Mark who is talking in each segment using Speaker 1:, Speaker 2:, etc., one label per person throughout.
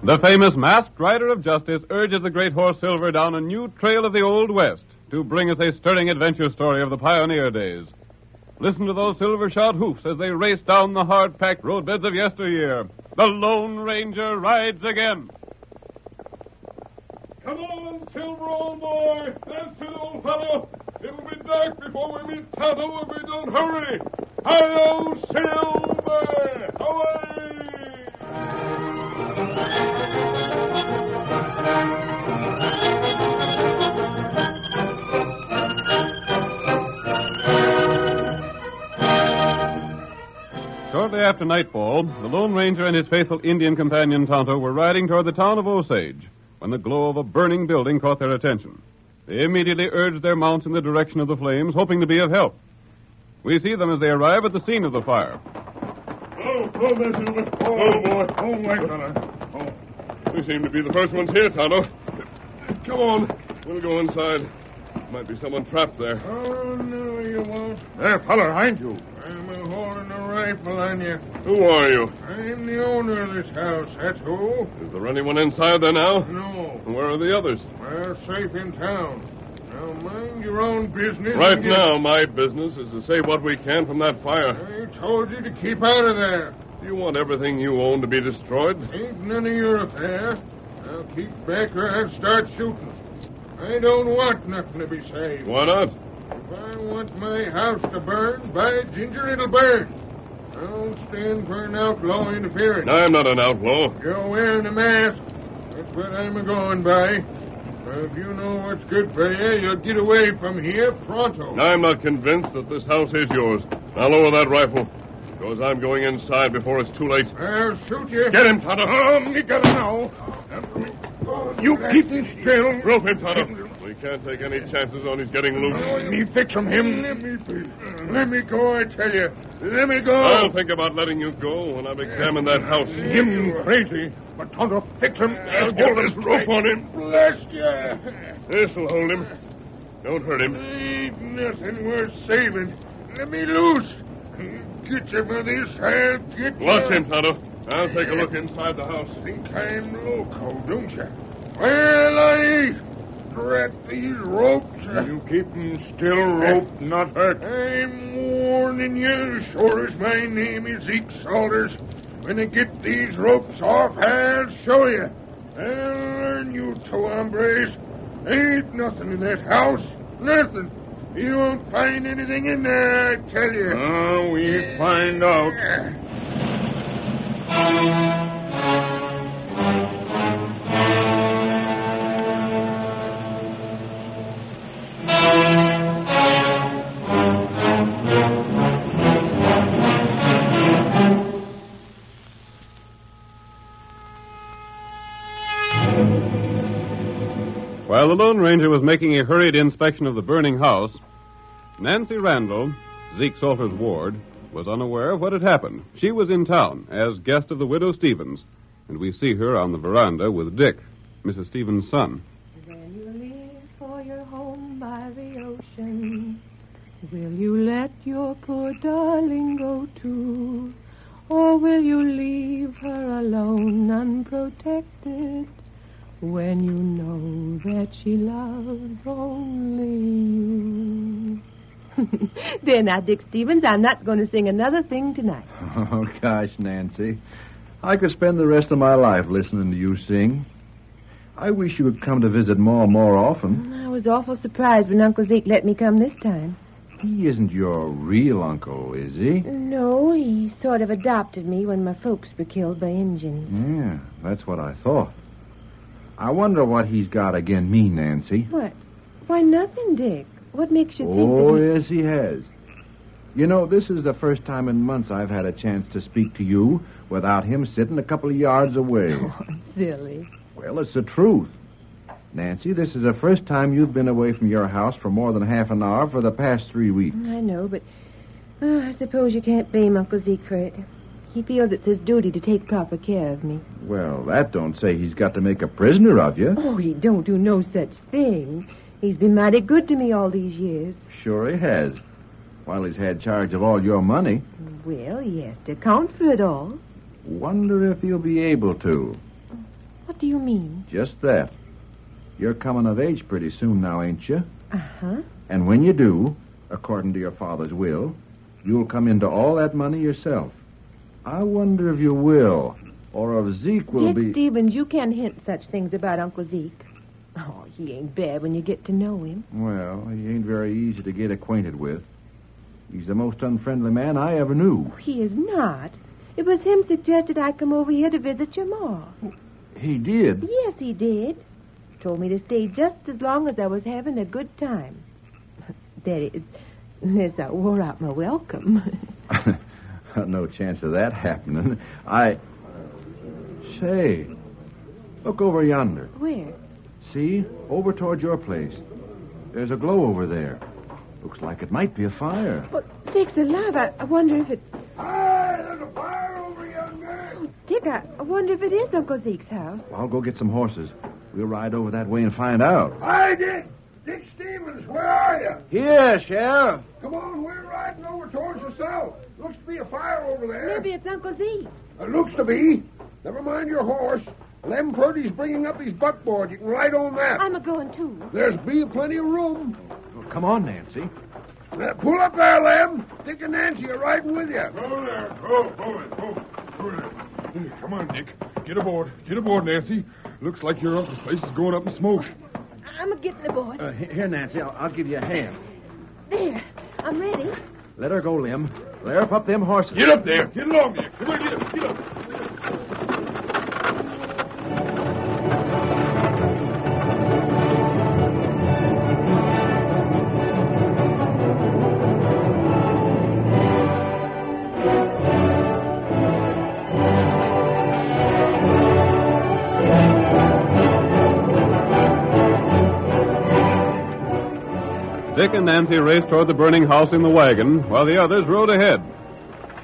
Speaker 1: The famous masked rider of justice urges the great horse Silver down a new trail of the Old West to bring us a stirring adventure story of the pioneer days. Listen to those silver shod hoofs as they race down the hard packed roadbeds of yesteryear. The Lone Ranger rides again. Come on, Silver, old boy. That's it, old fellow. It'll be dark before we meet Tonto if we don't hurry. Hello, Silver! Away! Shortly after nightfall, the Lone Ranger and his faithful Indian companion Tonto were riding toward the town of Osage when the glow of a burning building caught their attention. They immediately urged their mounts in the direction of the flames, hoping to be of help. We see them as they arrive at the scene of the fire.
Speaker 2: Oh, oh, there, Silver. Oh, boy. Oh, my God. Oh. We seem to be the first ones here, Tonto. Come on. We'll go inside. Might be someone trapped there.
Speaker 3: Oh, no, you won't.
Speaker 2: There, fella, behind you.
Speaker 3: I'm a holding a rifle on you.
Speaker 2: Who are you?
Speaker 3: I'm the owner of this house, that's who.
Speaker 2: Is there anyone inside there now?
Speaker 3: No,
Speaker 2: And Where are the others?
Speaker 3: we're safe in town. Now mind your own business.
Speaker 2: Right
Speaker 3: and get-
Speaker 2: now, my business is to save what we can from that fire.
Speaker 3: I told you to keep out of there.
Speaker 2: Do you want everything you own to be destroyed?
Speaker 3: Ain't none of your affair. Now keep back or I'll start shooting. I don't want nothing to be saved.
Speaker 2: Why not?
Speaker 3: If I want my house to burn, by ginger, it'll burn. I don't stand for an outlaw interference.
Speaker 2: I'm not an outlaw.
Speaker 3: You're wearing a mask. That's what I'm a going by. Well, if you know what's good for you, you'll get away from here pronto.
Speaker 2: I'm not convinced that this house is yours. Now lower that rifle, because I'm going inside before it's too late.
Speaker 3: I'll shoot you.
Speaker 2: Get him, Tonto. you got him now. You keep him still. Rope him, Tonto. We can't take any chances on his getting loose.
Speaker 3: me fix him, him. Let me, let me go, I tell you. Let me go.
Speaker 2: I'll think about letting you go when I've examined that house.
Speaker 3: Him
Speaker 2: crazy. But Tonto, fix him. I'll get this rope on him.
Speaker 3: Bless you.
Speaker 2: This'll hold him. Don't hurt him.
Speaker 3: Ain't nothing worth saving. Let me loose. Get you by this. I'll get you.
Speaker 2: Watch him, Tonto. I'll take a look inside the house.
Speaker 3: Think I'm loco, don't you? Well, I ain't. Drat these ropes.
Speaker 2: You keep him still, rope, not hurt.
Speaker 3: I'm warning you, sure as my name is Zeke Salters. When I get these ropes off, I'll show you. I'll learn you two hombres. Ain't nothing in that house. Nothing. You won't find anything in there, I tell you.
Speaker 2: Oh, we find out.
Speaker 1: While the Lone Ranger was making a hurried inspection of the burning house, Nancy Randall, Zeke Salter's ward, was unaware of what had happened. She was in town as guest of the widow Stevens, and we see her on the veranda with Dick, Mrs. Stevens' son.
Speaker 4: When you leave for your home by the ocean, will you let your poor darling go too? Or will you leave her alone, unprotected, when you know that she loves only you? there now, Dick Stevens, I'm not going to sing another thing tonight.
Speaker 5: Oh, gosh, Nancy. I could spend the rest of my life listening to you sing. I wish you would come to visit Ma more often.
Speaker 4: I was awful surprised when Uncle Zeke let me come this time.
Speaker 5: He isn't your real uncle, is he?
Speaker 4: No, he sort of adopted me when my folks were killed by Injuns.
Speaker 5: Yeah, that's what I thought. I wonder what he's got again me, Nancy.
Speaker 4: What? Why, nothing, Dick. What makes you think
Speaker 5: Oh,
Speaker 4: that
Speaker 5: yes, he has. You know, this is the first time in months I've had a chance to speak to you without him sitting a couple of yards away.
Speaker 4: he... silly?
Speaker 5: Well, it's the truth. Nancy, this is the first time you've been away from your house for more than half an hour for the past three weeks.
Speaker 4: I know, but uh, I suppose you can't blame Uncle Zeke for it. He feels it's his duty to take proper care of me.
Speaker 5: Well, that don't say he's got to make a prisoner of you.
Speaker 4: Oh, he don't do no such thing. He's been mighty good to me all these years.
Speaker 5: Sure he has. While he's had charge of all your money.
Speaker 4: Well, he has to account for it all.
Speaker 5: Wonder if he'll be able to.
Speaker 4: What do you mean?
Speaker 5: Just that. You're coming of age pretty soon now, ain't you?
Speaker 4: Uh-huh.
Speaker 5: And when you do, according to your father's will, you'll come into all that money yourself. I wonder if you will, or if Zeke will
Speaker 4: Dick
Speaker 5: be.
Speaker 4: Stevens, you can't hint such things about Uncle Zeke. Oh, he ain't bad when you get to know him.
Speaker 5: Well, he ain't very easy to get acquainted with. He's the most unfriendly man I ever knew.
Speaker 4: He is not. It was him suggested I come over here to visit your ma.
Speaker 5: He did.
Speaker 4: Yes, he did. Told me to stay just as long as I was having a good time. That is, unless I wore out my welcome.
Speaker 5: no chance of that happening. I. Say, look over yonder.
Speaker 4: Where?
Speaker 5: See? Over toward your place. There's a glow over there. Looks like it might be a fire.
Speaker 4: But Dick's alive. I, I wonder if it.
Speaker 3: Hey, there's a fire over yonder.
Speaker 4: Dick, I, I wonder if it is Uncle Zeke's house.
Speaker 5: I'll go get some horses. We'll ride over that way and find out.
Speaker 3: I did. Dick Stevens, where are you?
Speaker 5: Here, Sheriff.
Speaker 3: Come on, we're riding over towards the south. Looks to be a fire over there.
Speaker 4: Maybe it's Uncle Zeke.
Speaker 3: It Uh, looks to be. Never mind your horse. Lem Purdy's bringing up his buckboard. You can ride on that.
Speaker 4: I'm a going too.
Speaker 3: There's be plenty of room.
Speaker 5: come on, Nancy.
Speaker 3: Now, pull up there, Lem. Dick and Nancy are riding with you.
Speaker 2: Go there. Go, go, it, go. Go there. Hey, Come on, Dick. Get aboard. Get aboard, Nancy. Looks like your uncle's place is going up in smoke.
Speaker 4: I'm a getting aboard.
Speaker 5: Uh, he- here, Nancy. I'll, I'll give you a hand.
Speaker 4: There. I'm ready.
Speaker 5: Let her go, Lim. Let her up them horses.
Speaker 2: Get up there. Get along there. Come on, get up. Get up.
Speaker 1: Dick and Nancy raced toward the burning house in the wagon, while the others rode ahead.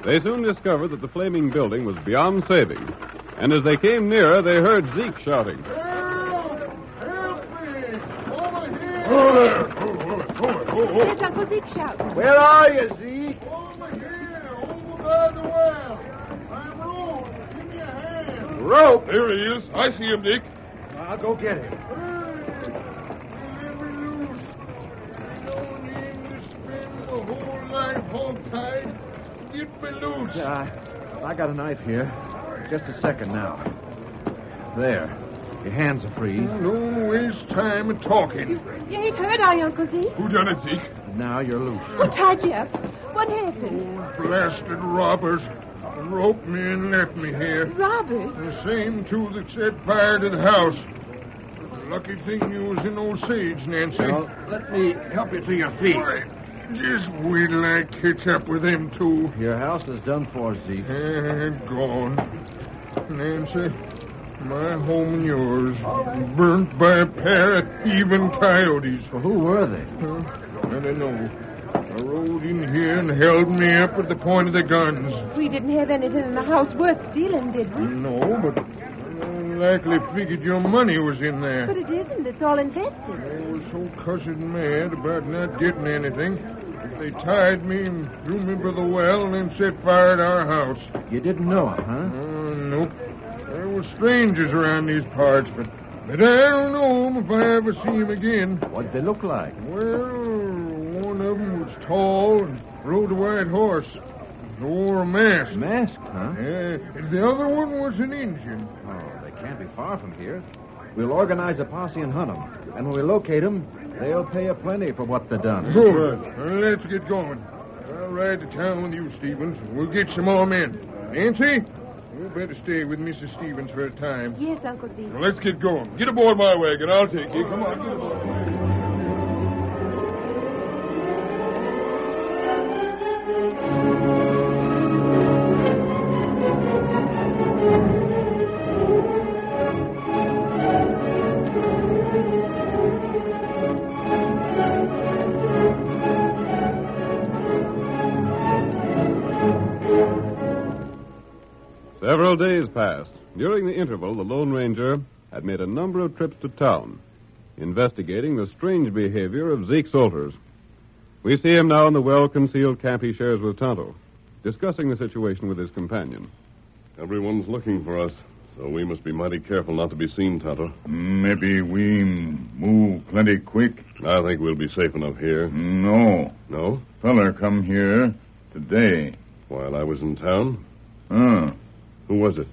Speaker 1: They soon discovered that the flaming building was beyond saving, and as they came nearer, they heard Zeke shouting.
Speaker 2: Go Oh, there. Go, go, it, go, it, go, go.
Speaker 4: There's Uncle Zeke shouting.
Speaker 5: Where are you, Zeke? Rope.
Speaker 2: There he is. I see him, Dick.
Speaker 5: I'll go get him.
Speaker 3: Hey, you'd be loose.
Speaker 5: Yeah, I, I got a knife here. Just a second now. There. Your hands are free.
Speaker 3: Don't waste time in talking.
Speaker 4: Ain't hurt, I, Uncle Zeke?
Speaker 2: Who done it, Zeke?
Speaker 5: Now you're loose.
Speaker 4: What tied you up? What happened?
Speaker 3: Blasted robbers. Roped me and left me here.
Speaker 4: Robbers?
Speaker 3: The same two that set fire to the house. Lucky thing you was in Osage, Nancy.
Speaker 5: Well, let me help you to your feet.
Speaker 3: Why, just wait till I catch up with them two.
Speaker 5: Your house is done for, Zeke.
Speaker 3: Eh, gone. Nancy, my home and yours. Burnt by a pair of even coyotes.
Speaker 5: Well, who were they?
Speaker 3: Huh? I don't know. I rode in here and held me up at the point of the guns.
Speaker 4: We didn't have anything in the house worth stealing, did we?
Speaker 3: No, but I likely figured your money was in there.
Speaker 4: But it isn't. It's all invested.
Speaker 3: I was so cussed mad about not getting anything. that They tied me and threw me by the well and then set fire at our house.
Speaker 5: You didn't know it, huh?
Speaker 3: Oh, nope. There were strangers around these parts, but, but I don't know 'em if I ever see 'em again.
Speaker 5: What'd they look like?
Speaker 3: Well, one of 'em was tall and rode a white horse. Wore a mask.
Speaker 5: Masked, huh?
Speaker 3: Yeah, the other one was an Indian.
Speaker 5: Oh, they can't be far from here. We'll organize a posse and hunt them. And when we locate them, they'll pay a plenty for what they've done.
Speaker 3: Good. Well, let's get going. I'll ride to town with you, Stevens. We'll get some more men. Nancy, you better stay with Mrs. Stevens for a time.
Speaker 4: Yes, Uncle Zeke.
Speaker 3: Now, let's get going. Get aboard my wagon. I'll take you. Come on, get aboard.
Speaker 1: Several days passed. During the interval, the Lone Ranger had made a number of trips to town, investigating the strange behavior of Zeke Salters. We see him now in the well concealed camp he shares with Tonto, discussing the situation with his companion.
Speaker 2: Everyone's looking for us, so we must be mighty careful not to be seen, Tonto.
Speaker 6: Maybe we move plenty quick.
Speaker 2: I think we'll be safe enough here.
Speaker 6: No.
Speaker 2: No?
Speaker 6: Feller come here today.
Speaker 2: While I was in town?
Speaker 6: Huh.
Speaker 2: Who was it?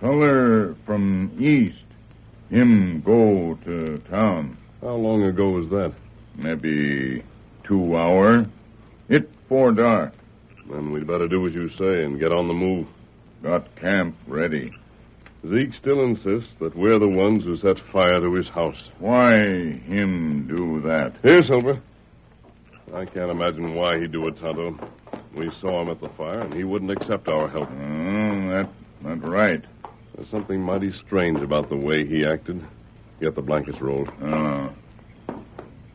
Speaker 6: Feller from east. Him go to town.
Speaker 2: How long ago was that?
Speaker 6: Maybe two hour. It for dark.
Speaker 2: Then we'd better do as you say and get on the move.
Speaker 6: Got camp ready.
Speaker 2: Zeke still insists that we're the ones who set fire to his house.
Speaker 6: Why him do that?
Speaker 2: Here, Silver. I can't imagine why he'd do it, Tonto. We saw him at the fire, and he wouldn't accept our help.
Speaker 6: Hmm, that not right.
Speaker 2: There's something mighty strange about the way he acted. Get the blankets rolled.
Speaker 6: Uh,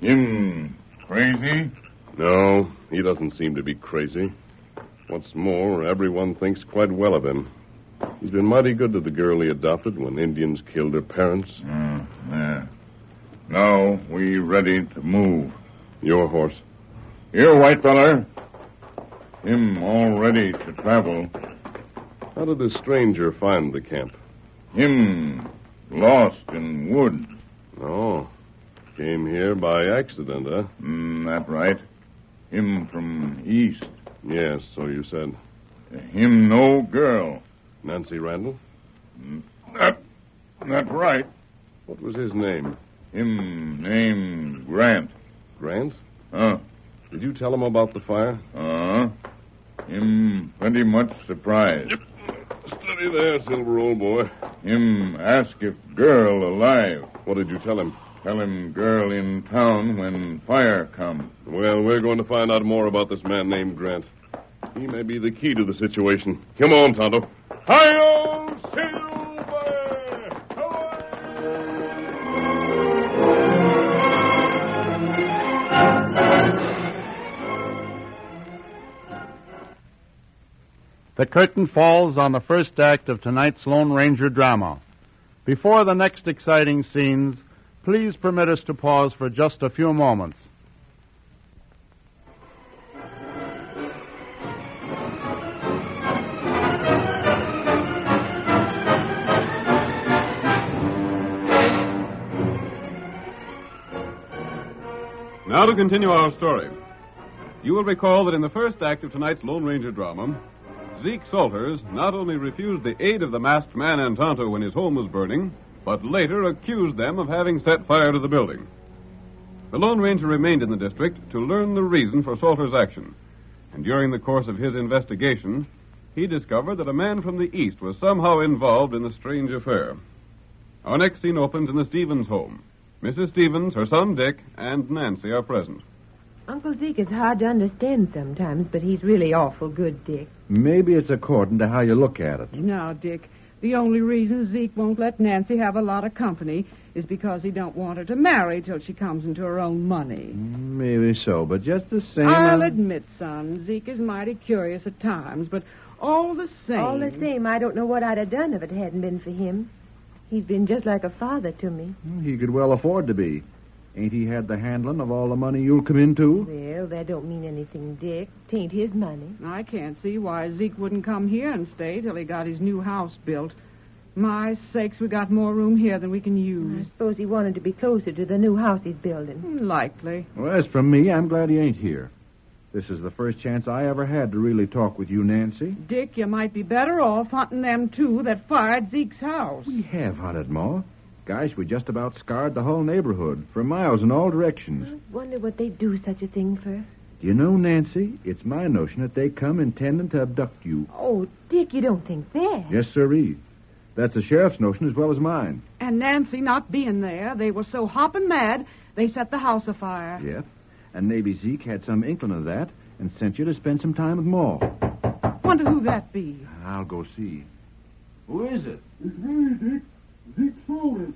Speaker 6: him crazy?
Speaker 2: No, he doesn't seem to be crazy. What's more, everyone thinks quite well of him. He's been mighty good to the girl he adopted when Indians killed her parents.
Speaker 6: Hmm, yeah. Now we ready to move.
Speaker 2: Your horse.
Speaker 6: Here, white feller. Him all ready to travel.
Speaker 2: How did this stranger find the camp?
Speaker 6: Him lost in wood.
Speaker 2: Oh, came here by accident, huh?
Speaker 6: Mm, that right. Him from east.
Speaker 2: Yes, so you said.
Speaker 6: Him no girl. Mm,
Speaker 2: Nancy Randall?
Speaker 6: That, that right.
Speaker 2: What was his name?
Speaker 6: Him name Grant.
Speaker 2: Grant?
Speaker 6: Huh?
Speaker 2: Did you tell him about the fire?
Speaker 6: Uh. Him plenty much surprised.
Speaker 2: Steady there, Silver, old boy.
Speaker 6: Him ask if girl alive.
Speaker 2: What did you tell him?
Speaker 6: Tell him girl in town when fire come.
Speaker 2: Well, we're going to find out more about this man named Grant. He may be the key to the situation. Come on, Tonto. Hi-yo, Silver!
Speaker 7: The curtain falls on the first act of tonight's Lone Ranger drama. Before the next exciting scenes, please permit us to pause for just a few moments.
Speaker 1: Now to continue our story. You will recall that in the first act of tonight's Lone Ranger drama, Zeke Salters not only refused the aid of the masked man and Tonto when his home was burning, but later accused them of having set fire to the building. The Lone Ranger remained in the district to learn the reason for Salter's action, and during the course of his investigation, he discovered that a man from the east was somehow involved in the strange affair. Our next scene opens in the Stevens home. Mrs. Stevens, her son Dick, and Nancy are present.
Speaker 4: Uncle Zeke is hard to understand sometimes, but he's really awful good, Dick.
Speaker 5: Maybe it's according to how you look at it.
Speaker 8: Now, Dick, the only reason Zeke won't let Nancy have a lot of company is because he don't want her to marry till she comes into her own money.
Speaker 5: Maybe so, but just the same.
Speaker 8: I'll
Speaker 5: I-
Speaker 8: admit, son, Zeke is mighty curious at times, but all the same.
Speaker 4: All the same, I don't know what I'd have done if it hadn't been for him. He's been just like a father to me.
Speaker 5: He could well afford to be. Ain't he had the handling of all the money you'll come into?
Speaker 4: Well, that don't mean anything, Dick. Tain't his money.
Speaker 8: I can't see why Zeke wouldn't come here and stay till he got his new house built. My sakes, we got more room here than we can
Speaker 4: I
Speaker 8: use.
Speaker 4: suppose he wanted to be closer to the new house he's building.
Speaker 8: Likely.
Speaker 5: Well, as for me, I'm glad he ain't here. This is the first chance I ever had to really talk with you, Nancy.
Speaker 8: Dick, you might be better off hunting them two that fired Zeke's house.
Speaker 5: We have hunted, Ma. Gosh, we just about scarred the whole neighborhood for miles in all directions.
Speaker 4: Wonder what they do such a thing for.
Speaker 5: Do you know, Nancy, it's my notion that they come intending to abduct you.
Speaker 4: Oh, Dick, you don't think that?
Speaker 5: Yes, sirree. That's the sheriff's notion as well as mine.
Speaker 8: And Nancy not being there, they were so hopping mad, they set the house afire.
Speaker 5: Yep. And maybe Zeke had some inkling of that and sent you to spend some time with Ma.
Speaker 8: Wonder who that be.
Speaker 5: I'll go see. Who is it?
Speaker 3: It's me, Dick. Zeke Salters.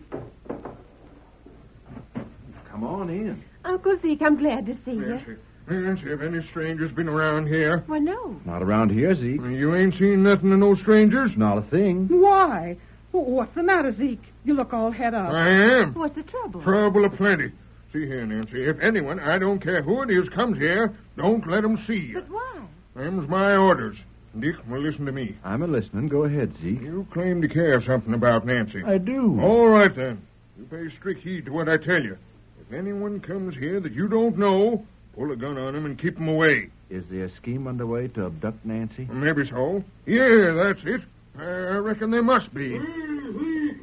Speaker 5: Come on in.
Speaker 4: Uncle Zeke, I'm glad to see you.
Speaker 3: Nancy, Nancy, have any strangers been around here?
Speaker 4: Well, no.
Speaker 5: Not around here, Zeke.
Speaker 3: You ain't seen nothing of no strangers?
Speaker 5: Not a thing.
Speaker 8: Why? W- What's the matter, Zeke? You look all head up.
Speaker 3: I am.
Speaker 4: What's the trouble?
Speaker 3: Trouble aplenty. See here, Nancy. If anyone, I don't care who it is, comes here, don't let 'em see you.
Speaker 4: But why?
Speaker 3: Them's my orders. Dick, well, listen to me.
Speaker 5: I'm a listening. Go ahead, Zeke.
Speaker 3: You claim to care something about Nancy.
Speaker 5: I do.
Speaker 3: All right, then. You pay strict heed to what I tell you. If anyone comes here that you don't know, pull a gun on 'em and keep 'em away.
Speaker 5: Is there a scheme underway to abduct Nancy?
Speaker 3: Maybe so. Yeah, that's it. I reckon they must be.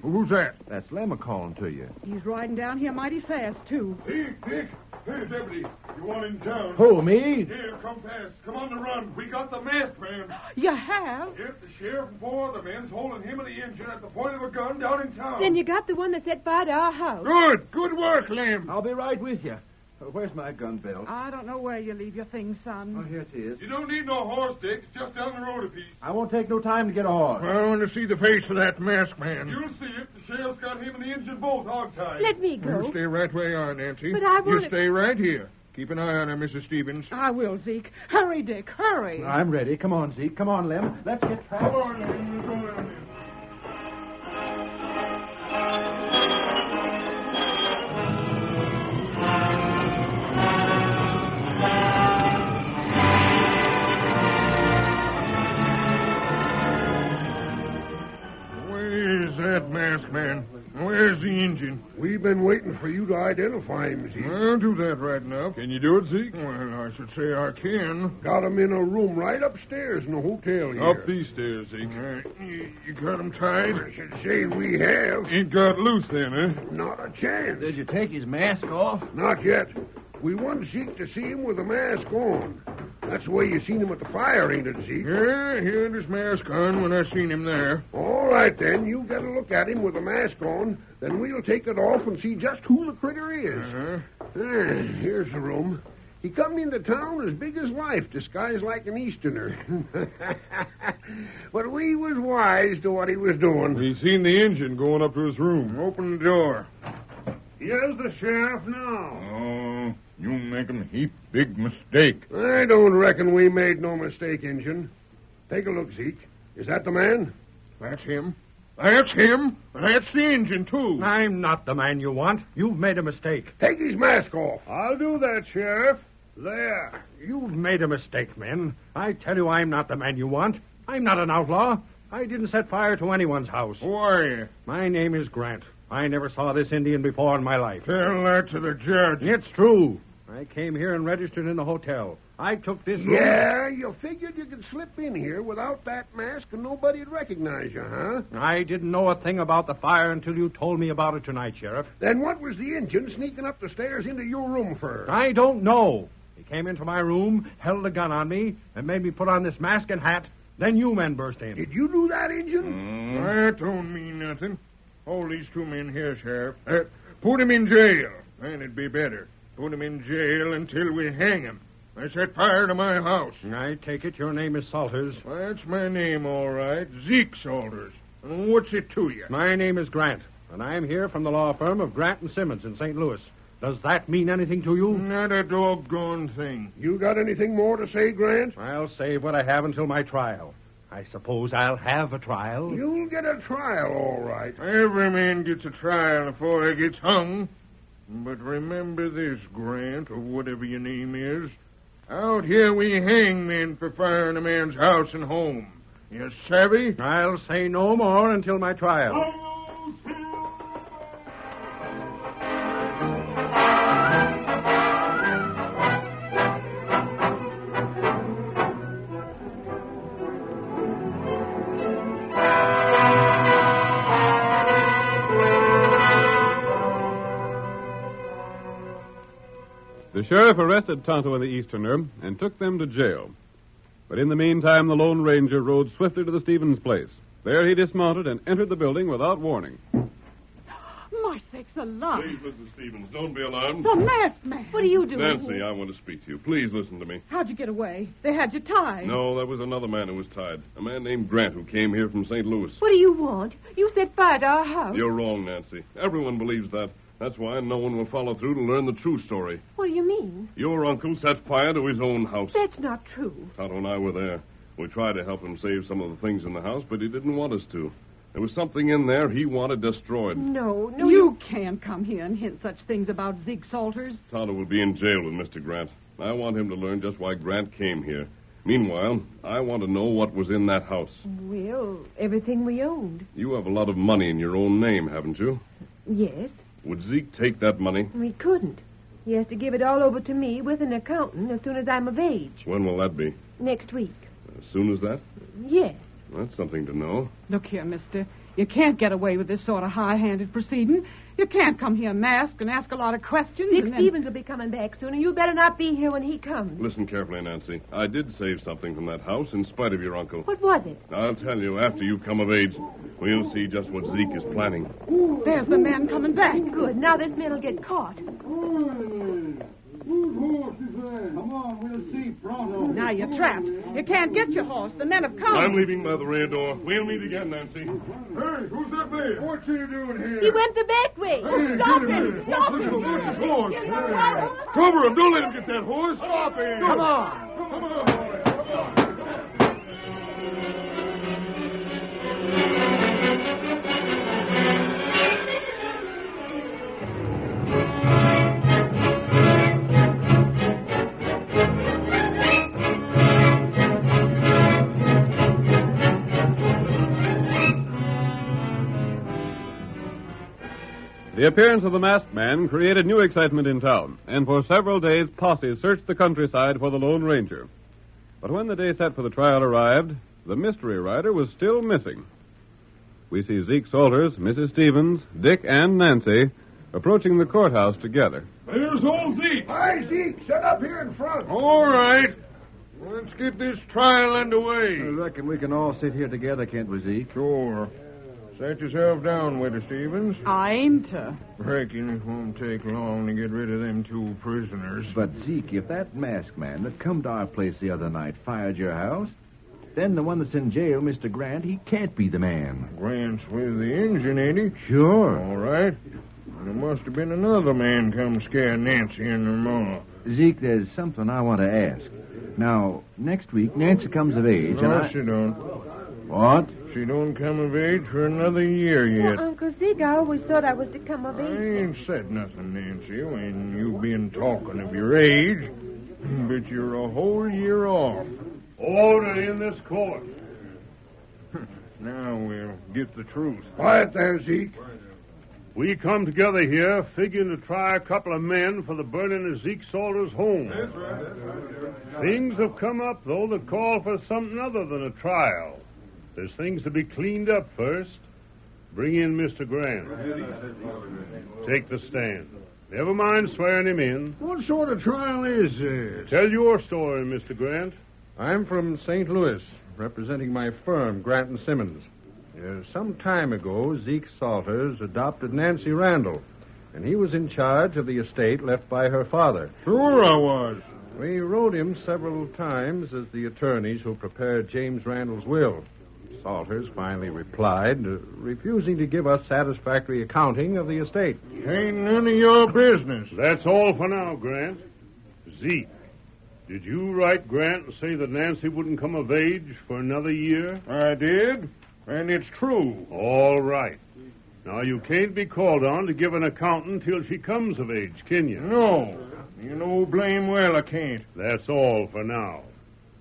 Speaker 3: Who's that?
Speaker 5: That's Lemma calling to you.
Speaker 8: He's riding down here mighty fast, too.
Speaker 2: Dick, Dick. Hey, deputy. You want him down?
Speaker 5: Who, me?
Speaker 2: Here, come fast. Come on the run. We got the masked man.
Speaker 8: You have?
Speaker 2: Yep, the sheriff and four other men's holding him and the engine at the point of a gun down in
Speaker 3: Oh.
Speaker 2: town.
Speaker 4: Then you got the one that set fire to our house.
Speaker 3: Good, good work, Lim.
Speaker 5: I'll be right with you. Where's my gun belt?
Speaker 8: I don't know where you leave your things,
Speaker 5: Oh,
Speaker 8: son.
Speaker 5: here it is.
Speaker 2: You don't need no horse, Dick. It's just down the road a piece.
Speaker 5: I won't take no time to get off.
Speaker 3: I want to see the face of that masked man.
Speaker 2: You'll see it. The sheriff's got him and the engine both hogtied.
Speaker 4: Let me
Speaker 3: You
Speaker 4: go.
Speaker 3: stay right where you are, Nancy.
Speaker 4: But I
Speaker 3: You
Speaker 4: wanna-
Speaker 3: stay right here. Keep an eye on her, Mrs. Stevens.
Speaker 8: I will, Zeke. Hurry, Dick, hurry.
Speaker 5: I'm ready. Come on, Zeke. Come on, Lem. Let's get
Speaker 3: Come
Speaker 5: traveling.
Speaker 3: on, Lim. Go down there. Where's that masked man? Where's the engine?
Speaker 2: We've been waiting for you to identify him,
Speaker 3: I'll do that right now.
Speaker 2: Can you do it, Zeke?
Speaker 3: Well, I should say I can.
Speaker 2: Got him in a room right upstairs in the hotel here. Up these stairs, Zeke.
Speaker 3: Uh, you, you got him tied?
Speaker 2: I should say we have. Ain't got loose then, eh? Not a chance.
Speaker 5: Did you take his mask off?
Speaker 2: Not yet. We want Zeke to see him with the mask on. That's the way you seen him at the fire, ain't it, Zeke?
Speaker 3: Yeah, he had his mask on when I seen him there.
Speaker 2: All right, then. You get a look at him with the mask on, then we'll take it off and see just who the critter is.
Speaker 3: Uh-huh.
Speaker 2: Ah, here's the room. He come into town as big as life, disguised like an Easterner. but we was wise to what he was doing.
Speaker 6: We seen the engine going up to his room.
Speaker 3: Open the door.
Speaker 2: Here's the sheriff now.
Speaker 6: Oh, you make 'em heap big mistake.
Speaker 2: I don't reckon we made no mistake, Injun. Take a look, Zeke. Is that the man?
Speaker 3: That's him. That's him. That's the engine, too.
Speaker 9: I'm not the man you want. You've made a mistake.
Speaker 2: Take his mask off.
Speaker 9: I'll do that, Sheriff.
Speaker 2: There.
Speaker 9: You've made a mistake, men. I tell you, I'm not the man you want. I'm not an outlaw. I didn't set fire to anyone's house.
Speaker 3: Who are you?
Speaker 9: My name is Grant. I never saw this Indian before in my life.
Speaker 3: Tell that to the judge.
Speaker 9: It's true. I came here and registered in the hotel. I took this. room-
Speaker 3: Yeah, you figured you could slip in here without that mask and nobody'd recognize you, huh?
Speaker 9: I didn't know a thing about the fire until you told me about it tonight, Sheriff.
Speaker 3: Then what was the engine sneaking up the stairs into your room for?
Speaker 9: I don't know. He came into my room, held a gun on me, and made me put on this mask and hat. Then you men burst in.
Speaker 3: Did you do that, engine?
Speaker 2: Hmm? That don't mean nothing. Hold these two men here, Sheriff. Uh, put 'em in jail. Man, it'd be better. Put 'em in jail until we hang 'em. They set fire to my house.
Speaker 9: I take it your name is Salters.
Speaker 2: That's my name, all right. Zeke Salters. And What's it to you?
Speaker 9: My name is Grant, and I'm here from the law firm of Grant and Simmons in St. Louis. Does that mean anything to you?
Speaker 2: Not a doggone thing.
Speaker 3: You got anything more to say, Grant?
Speaker 9: I'll save what I have until my trial. I suppose I'll have a trial.
Speaker 3: You'll get a trial, all right.
Speaker 2: Every man gets a trial before he gets hung. But remember this, Grant, or whatever your name is. Out here we hang men for firing a man's house and home. You savvy?
Speaker 9: I'll say no more until my trial.
Speaker 4: Oh,
Speaker 1: The sheriff arrested Tonto and the Easterner and took them to jail. But in the meantime, the Lone Ranger rode swiftly to the Stevens place. There he dismounted and entered the building without warning.
Speaker 4: My sakes alive.
Speaker 2: Please, Mrs. Stevens, don't be alarmed.
Speaker 4: The masked man. What are you doing?
Speaker 2: Nancy, I want to speak to you. Please listen to me.
Speaker 8: How'd you get away? They had you tied.
Speaker 2: No, that was another man who was tied. A man named Grant who came here from St. Louis.
Speaker 4: What do you want? You set fire to our house.
Speaker 2: You're wrong, Nancy. Everyone believes that. That's why no one will follow through to learn the true story.
Speaker 4: What do you mean?
Speaker 2: Your uncle set fire to his own house.
Speaker 4: That's not true.
Speaker 2: Tonto and I were there. We tried to help him save some of the things in the house, but he didn't want us to. There was something in there he wanted destroyed.
Speaker 4: No, no.
Speaker 8: you, can't come here and hint such things about Zeke Salters.
Speaker 2: Tonto will be in jail with Mr. Grant. I want him to learn just why Grant came here. Meanwhile, I want to know what was in that house.
Speaker 4: Well, everything we owned.
Speaker 2: You have a lot of money in your own name, haven't you?
Speaker 4: Yes,
Speaker 2: Would Zeke take that money?
Speaker 4: we couldn't. He has to give it all over to me with an accountant as soon as I'm of age.
Speaker 2: When will that be?
Speaker 4: Next week.
Speaker 2: As soon as that?
Speaker 4: Yes.
Speaker 2: That's something to know.
Speaker 8: Look here, mister. You can't get away with this sort of high handed proceeding. You can't come here masked and ask a lot of questions.
Speaker 4: Dick
Speaker 8: and then-
Speaker 4: Stevens will be coming back soon, and you better not be here when he comes.
Speaker 2: Listen carefully, Nancy. I did save something from that house in spite of your uncle.
Speaker 4: What was it?
Speaker 2: I'll tell you after you come of age. We'll see just what Zeke is planning.
Speaker 8: There's the man coming back.
Speaker 4: Good. Now this man'll get caught.
Speaker 3: Come on, we'll see pronto.
Speaker 8: Now you're trapped. You can't get your horse. The men have come.
Speaker 2: I'm leaving by the rear door. We'll meet again, Nancy.
Speaker 3: Hey, who's that man? What you doing here?
Speaker 4: He went the back way. Stop him! Stop him!
Speaker 2: Cover him. Don't let him get that horse. Stop him. Come on. Come on.
Speaker 1: The appearance of the masked man created new excitement in town, and for several days posses searched the countryside for the Lone Ranger. But when the day set for the trial arrived, the mystery rider was still missing. We see Zeke Salters, Mrs. Stevens, Dick, and Nancy approaching the courthouse together.
Speaker 2: There's old Zeke.
Speaker 3: Hi, Zeke. Set up here in front.
Speaker 2: All right. Let's get this trial
Speaker 5: I
Speaker 2: underway.
Speaker 5: reckon we can all sit here together, can't we, Zeke?
Speaker 2: Sure. Set yourself down, Widow Stevens.
Speaker 8: I ain't. uh,
Speaker 2: Reckon it won't take long to get rid of them two prisoners.
Speaker 5: But, Zeke, if that masked man that come to our place the other night fired your house, then the one that's in jail, Mr. Grant, he can't be the man.
Speaker 2: Grant's with the engine, ain't he?
Speaker 5: Sure.
Speaker 2: All right. There must have been another man come scare Nancy and her ma.
Speaker 5: Zeke, there's something I want to ask. Now, next week, Nancy comes of age, and
Speaker 2: No,
Speaker 5: I...
Speaker 2: she don't.
Speaker 5: What?
Speaker 2: She don't come of age for another year
Speaker 4: Well,
Speaker 2: yet.
Speaker 4: Uncle Zeke, I always thought I was to come of
Speaker 2: I
Speaker 4: age.
Speaker 2: ain't said nothing, Nancy, when you been talking of your age. But you're a whole year off. Order in this court. Now we'll get the truth.
Speaker 3: Quiet there, Zeke.
Speaker 10: We come together here figuring to try a couple of men for the burning of Zeke Salters' home. Things have come up, though, that call for something other than a trial. There's things to be cleaned up first. Bring in Mr. Grant. Take the stand. Never mind swearing him in.
Speaker 3: What sort of trial is this?
Speaker 10: Tell your story, Mr. Grant.
Speaker 9: I'm from St. Louis, representing my firm, Grant and Simmons. Uh, some time ago, Zeke Salters adopted Nancy Randall, and he was in charge of the estate left by her father.
Speaker 3: Sure I was.
Speaker 9: We wrote him several times as the attorneys who prepared James Randall's will. Salters finally replied, uh, refusing to give us satisfactory accounting of the estate.
Speaker 3: Ain't none of your business.
Speaker 10: That's all for now, Grant. Zeke, did you write Grant and say that Nancy wouldn't come of age for another year?
Speaker 3: I did. And it's true.
Speaker 10: All right. Now, you can't be called on to give an account until she comes of age, can you?
Speaker 3: No. You know blame well I can't.
Speaker 10: That's all for now.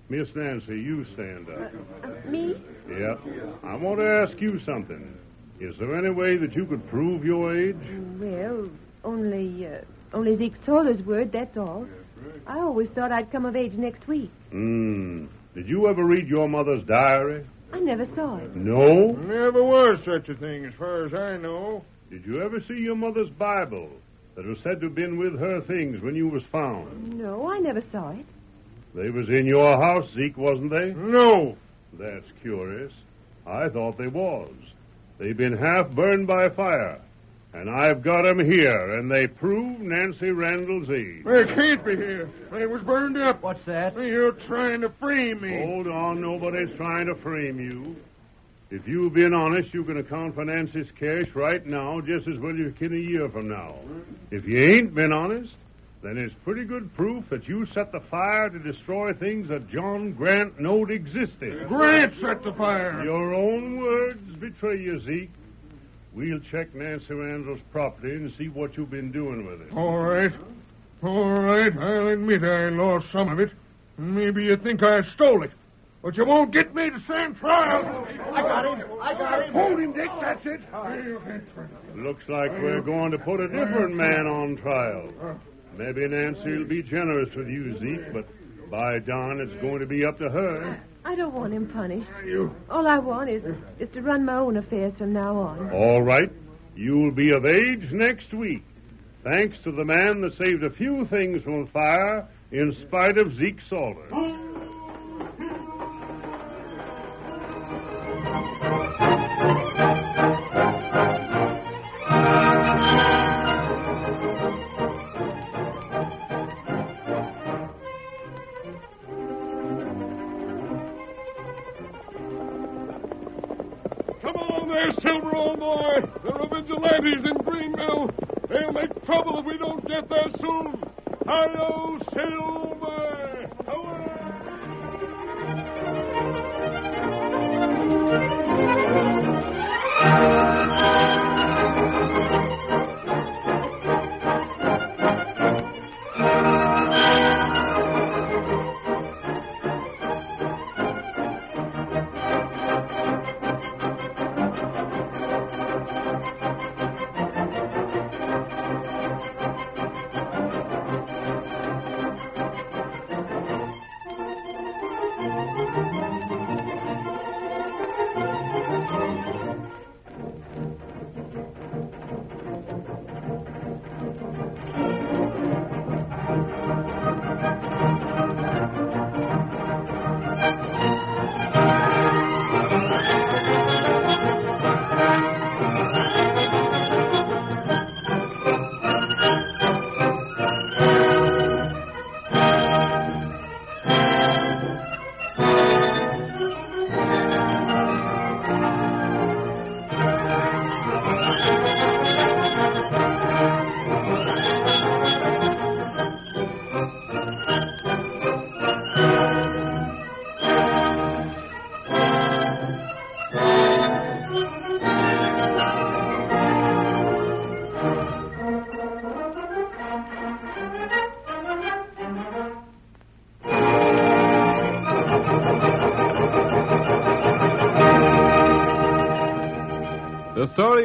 Speaker 10: Miss Nancy, you stand up.
Speaker 4: Uh, uh, me?
Speaker 10: Yep. I want to ask you something. Is there any way that you could prove your age?
Speaker 4: Well, only, uh, only Zeke Toller's word, that's all. I always thought I'd come of age next week.
Speaker 10: Hmm. Did you ever read your mother's diary?
Speaker 4: I never saw it.
Speaker 10: No?
Speaker 3: Never was such a thing, as far as I know.
Speaker 10: Did you ever see your mother's Bible that was said to have been with her things when you was found?
Speaker 4: No, I never saw it.
Speaker 10: They was in your house, Zeke, wasn't they?
Speaker 3: No.
Speaker 10: That's curious. I thought they was. They've been half burned by fire. And I've got 'em here, and they prove Nancy Randall's age.
Speaker 3: They can't be here. They was burned up.
Speaker 11: What's that?
Speaker 3: You're trying to frame me.
Speaker 10: Hold on. Nobody's trying to frame you. If you've been honest, you can account for Nancy's cash right now just as well as you can a year from now. If you ain't been honest, then it's pretty good proof that you set the fire to destroy things that John Grant knowed existed.
Speaker 3: Grant set the fire.
Speaker 10: Your own words betray you, Zeke. We'll check Nancy Randall's property and see what you've been doing with it.
Speaker 3: All right. All right, I'll admit I lost some of it. Maybe you think I stole it. But you won't get me to stand trial.
Speaker 11: I got him. I got him.
Speaker 3: Hold him, Dick. That's it.
Speaker 10: Looks like we're going to put a different man on trial. Maybe Nancy will be generous with you, Zeke, but by dawn, it's going to be up to her.
Speaker 4: I don't want him punished. All I want is, is to run my own affairs from now on.
Speaker 10: All right. You'll be of age next week, thanks to the man that saved a few things from fire in spite of Zeke Salter.
Speaker 1: The story